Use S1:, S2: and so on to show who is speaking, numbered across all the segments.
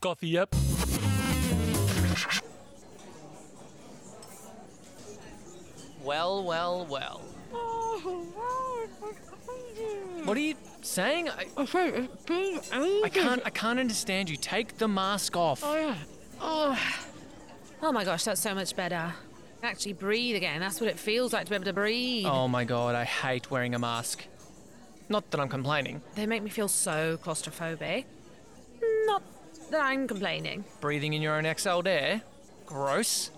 S1: coffee up.
S2: Well, well, well. What are you saying? I, I can't I can't understand you. Take the mask off.
S3: Oh my gosh, that's so much better. I can Actually, breathe again. That's what it feels like to be able to breathe.
S2: Oh my god, I hate wearing a mask. Not that I'm complaining.
S3: They make me feel so claustrophobic. Not that I'm complaining.
S2: Breathing in your own exhaled air? Gross.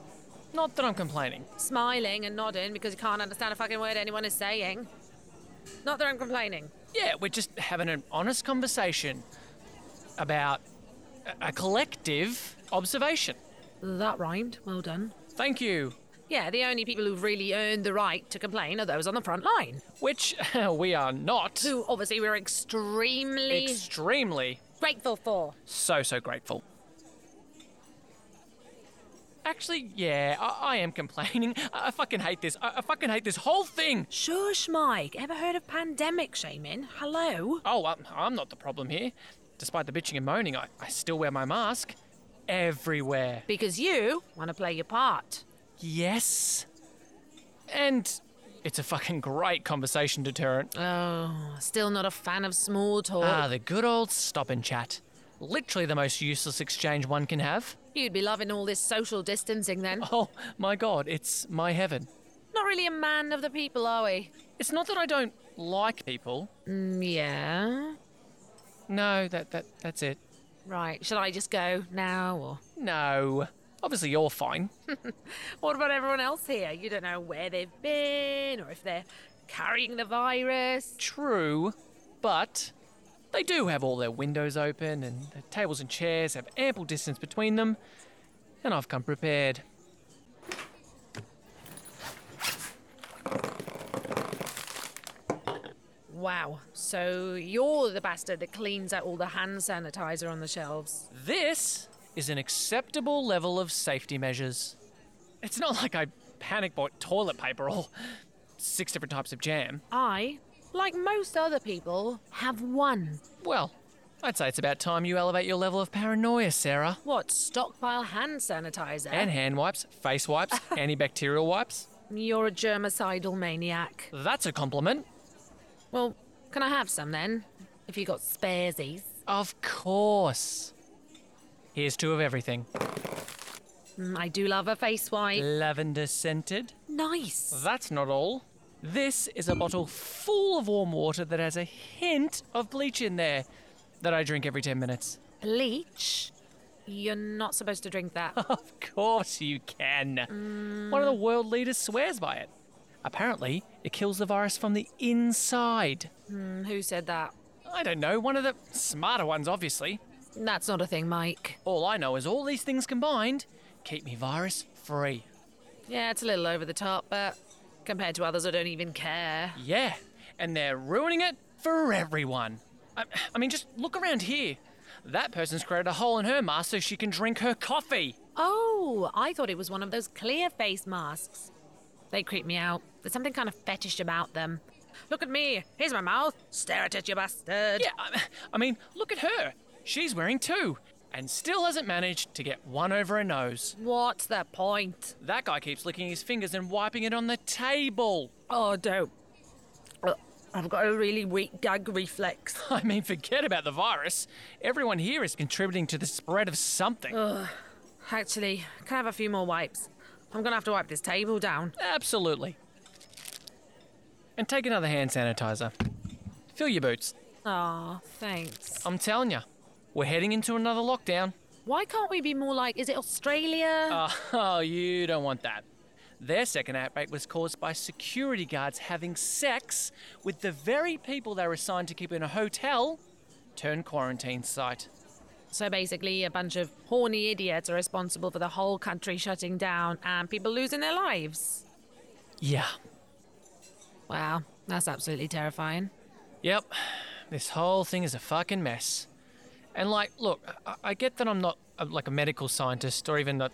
S2: Not that I'm complaining.
S3: Smiling and nodding because you can't understand a fucking word anyone is saying. Not that I'm complaining.
S2: Yeah, we're just having an honest conversation about a- a collective observation.
S3: That rhymed. Well done.
S2: Thank you.
S3: Yeah, the only people who've really earned the right to complain are those on the front line,
S2: Which we are not
S3: who obviously we're extremely
S2: extremely
S3: grateful for.
S2: so, so grateful. Actually, yeah, I, I am complaining. I, I fucking hate this. I, I fucking hate this whole thing.
S3: Shush, Mike. Ever heard of pandemic shaming? Hello?
S2: Oh, well, I'm not the problem here. Despite the bitching and moaning, I, I still wear my mask everywhere.
S3: Because you want to play your part.
S2: Yes. And it's a fucking great conversation deterrent.
S3: Oh, still not a fan of small talk.
S2: Ah, the good old stop and chat. Literally the most useless exchange one can have.
S3: You'd be loving all this social distancing then.
S2: Oh my god, it's my heaven.
S3: Not really a man of the people, are we?
S2: It's not that I don't like people.
S3: Mm, yeah.
S2: No, that, that that's it.
S3: Right, shall I just go now or
S2: No. Obviously you're fine.
S3: what about everyone else here? You don't know where they've been or if they're carrying the virus.
S2: True, but they do have all their windows open and the tables and chairs have ample distance between them, and I've come prepared.
S3: Wow. So you're the bastard that cleans out all the hand sanitizer on the shelves.
S2: This is an acceptable level of safety measures. It's not like I panic bought toilet paper or six different types of jam.
S3: I, like most other people, have one.
S2: Well, I'd say it's about time you elevate your level of paranoia, Sarah.
S3: What? Stockpile hand sanitizer?
S2: And hand wipes, face wipes, antibacterial wipes.
S3: You're a germicidal maniac.
S2: That's a compliment.
S3: Well, can I have some then? If you got sparesies.
S2: Of course. Here's two of everything
S3: Mm, I do love a face wipe.
S2: lavender scented.
S3: Nice.
S2: That's not all. This is a bottle full of warm water that has a hint of bleach in there that I drink every 10 minutes.
S3: Bleach? You're not supposed to drink that.
S2: Of course you can. One of the world leaders swears by it. Apparently, it kills the virus from the inside.
S3: Mm, Who said that?
S2: I don't know, one of the smarter ones, obviously.
S3: That's not a thing, Mike.
S2: All I know is all these things combined keep me virus free.
S3: Yeah, it's a little over the top, but compared to others, I don't even care.
S2: Yeah, and they're ruining it for everyone. I, I mean, just look around here. That person's created a hole in her mask so she can drink her coffee.
S3: Oh, I thought it was one of those clear face masks. They creep me out. There's something kind of fetish about them. Look at me. Here's my mouth. Stare at it, you bastard.
S2: Yeah, I, I mean, look at her. She's wearing two and still hasn't managed to get one over her nose.
S3: What's the point?
S2: That guy keeps licking his fingers and wiping it on the table.
S3: Oh, don't. Ugh, I've got a really weak gag reflex.
S2: I mean, forget about the virus. Everyone here is contributing to the spread of something.
S3: Actually, can I have a few more wipes? I'm gonna have to wipe this table down.
S2: Absolutely. And take another hand sanitizer. Fill your boots.
S3: Aw, thanks.
S2: I'm telling you, we're heading into another lockdown.
S3: Why can't we be more like, is it Australia?
S2: Oh, you don't want that. Their second outbreak was caused by security guards having sex with the very people they were assigned to keep in a hotel turned quarantine site.
S3: so basically, a bunch of horny idiots are responsible for the whole country shutting down and people losing their lives.
S2: Yeah.
S3: Wow, that's absolutely terrifying.
S2: Yep. This whole thing is a fucking mess. And, like, look, I, I get that I'm not uh like a medical scientist or even a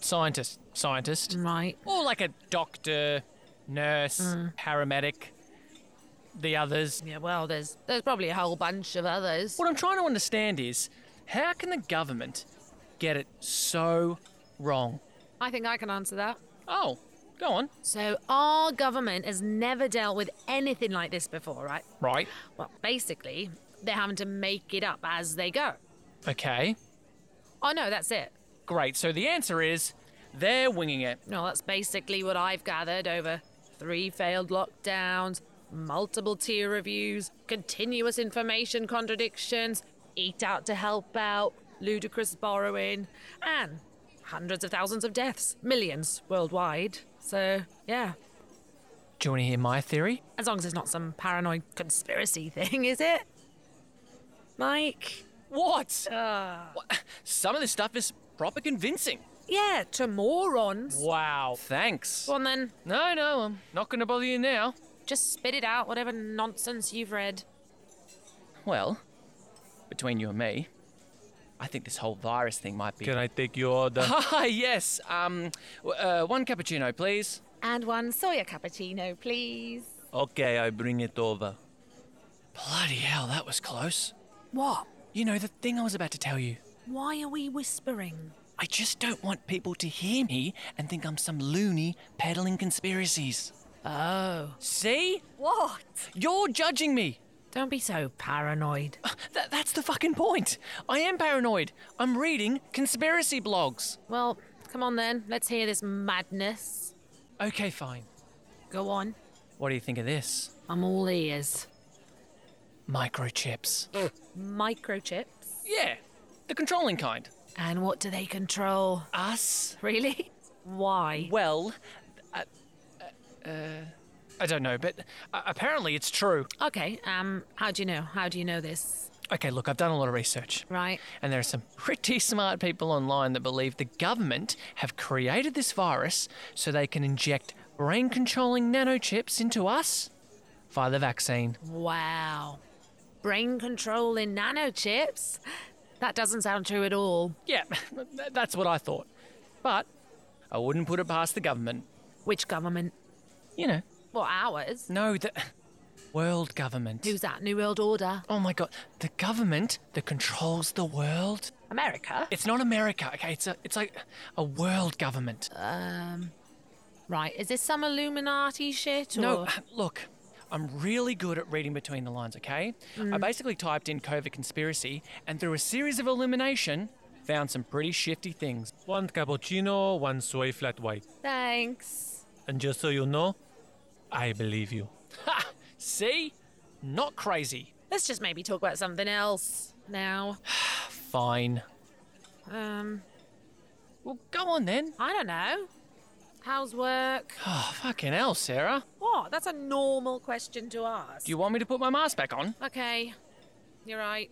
S2: scientist scientist.
S3: Right.
S2: Or like a doctor, nurse, paramedic, the others.
S3: Yeah, well, there's there's probably a whole bunch of others.
S2: What I'm trying to understand is how can the government get it so wrong.
S3: I think I can answer that.
S2: Oh, go on.
S3: So, our government has never dealt with anything like this before, right?
S2: Right.
S3: Well, basically, they're having to make it up as they go.
S2: Okay.
S3: Oh, no, that's it.
S2: Great. So the answer is they're winging it.
S3: No, that's basically what I've gathered over three failed lockdowns, multiple tier reviews, continuous information contradictions, eat out to help out, ludicrous borrowing, and hundreds of thousands of deaths, millions worldwide. So, yeah,
S2: Do you want to hear my theory?
S3: as long as it's not some paranoid conspiracy thing, is it? Mike?
S2: What?
S1: Ah.
S2: Wha- Some of this stuff is proper convincing.
S3: Yeah, to morons.
S2: Wow. Thanks.
S3: Go on then,
S2: No, no, I'm not going to bother you now.
S3: just spit it out, whatever nonsense you've read.
S2: Well, between you and me, I think this whole virus thing might be.
S1: Can I take your order?
S2: Ah, yes. Um, w- uh, one cappuccino, please.
S3: And one soya cappuccino, please.
S1: okay, I bring it over.
S2: Bloody hell, that was close.
S3: What?
S2: You know, the thing I was about to tell you.
S3: Why are we whispering?
S2: I just don't want people to hear me and think I'm some loony peddling conspiracies.
S3: Oh.
S2: See?
S3: What?
S2: You're judging me.
S3: Don't be so paranoid.
S2: Th- that's the fucking point. I am paranoid. I'm reading conspiracy blogs.
S3: well, come on then. Let's hear this madness.
S2: Okay, fine.
S3: Go on.
S2: What do you think of this?
S3: I'm all ears.
S2: Microchips.
S3: Microchips.
S2: Yeah, the controlling kind.
S3: And what do they control?
S2: Us?
S3: Really? Why?
S2: Well, uh, uh, uh, I don't know, but uh, apparently it's true.
S3: Okay, um, how do you know? How do you know this?
S2: Okay, look, I've done a lot of research.
S3: Right?
S2: And there are some pretty smart people online that believe the government have created this virus so they can inject brain controlling nanochips into us via the vaccine.
S3: Wow. Brain control in nanochips? That doesn't sound true at all.
S2: Yeah, th- that's what I thought. But I wouldn't put it past the government.
S3: Which government?
S2: You know,
S3: Well, ours.
S2: no, the world government.
S3: Who's that? New World Order?
S2: oh my god, the government that controls the world?
S3: America?
S2: It's not America, okay? It's a, it's like a world government.
S3: Right, is this some Illuminati shit? Or...
S2: No, look, I'm really good at reading between the lines, okay? I basically typed in COVID conspiracy and through a series of elimination, found some pretty shifty things.
S1: One cappuccino, one soy flat white.
S3: Thanks.
S1: And just so you know, I believe you.
S2: Ha! See? Not crazy.
S3: Let's just maybe talk about something else now.
S2: Fine.
S3: Um,
S2: Well, go on then.
S3: I don't know. How's work?
S2: Oh, fucking hell, Sarah.
S3: What? That's a normal question to ask.
S2: Do you want me to put my mask back on?
S3: Okay, you're right.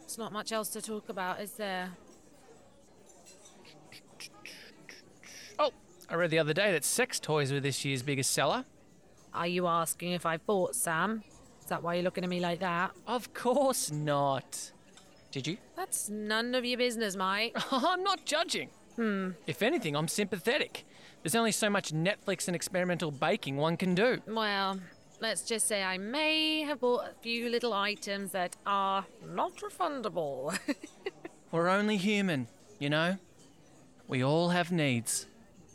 S3: There's not much else to talk about, is there?
S2: Oh, I read the other day that sex toys were this year's biggest seller.
S3: Are you asking if I've bought some? Is that why you're looking at me like that?
S2: Of course not. Did you?
S3: That's none of your business, mate.
S2: I'm not judging. If anything, I'm sympathetic. There's only so much Netflix and experimental baking one can do.
S3: Well, let's just say I may have bought a few little items that are not refundable.
S2: We're only human, you know? We all have needs.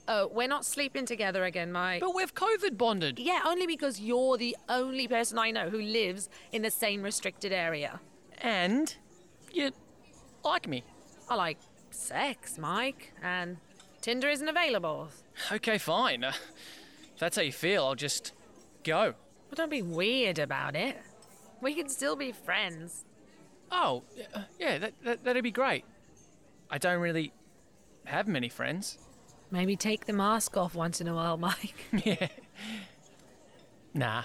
S3: oh, we're not sleeping together again, mate.
S2: But we've COVID bonded.
S3: Yeah, only because you're the only person I know who lives in the same restricted area.
S2: And you like me.
S3: I like sex, Mike, and Tinder isn't available.
S2: Okay, fine. Uh, if that's how you feel, I'll just go.
S3: But don't be weird about it. We can still be friends.
S2: Oh, uh, yeah, that, that, that'd be great. I don't really have many friends.
S3: Maybe take the mask off once in a while, Mike.
S2: yeah. Nah.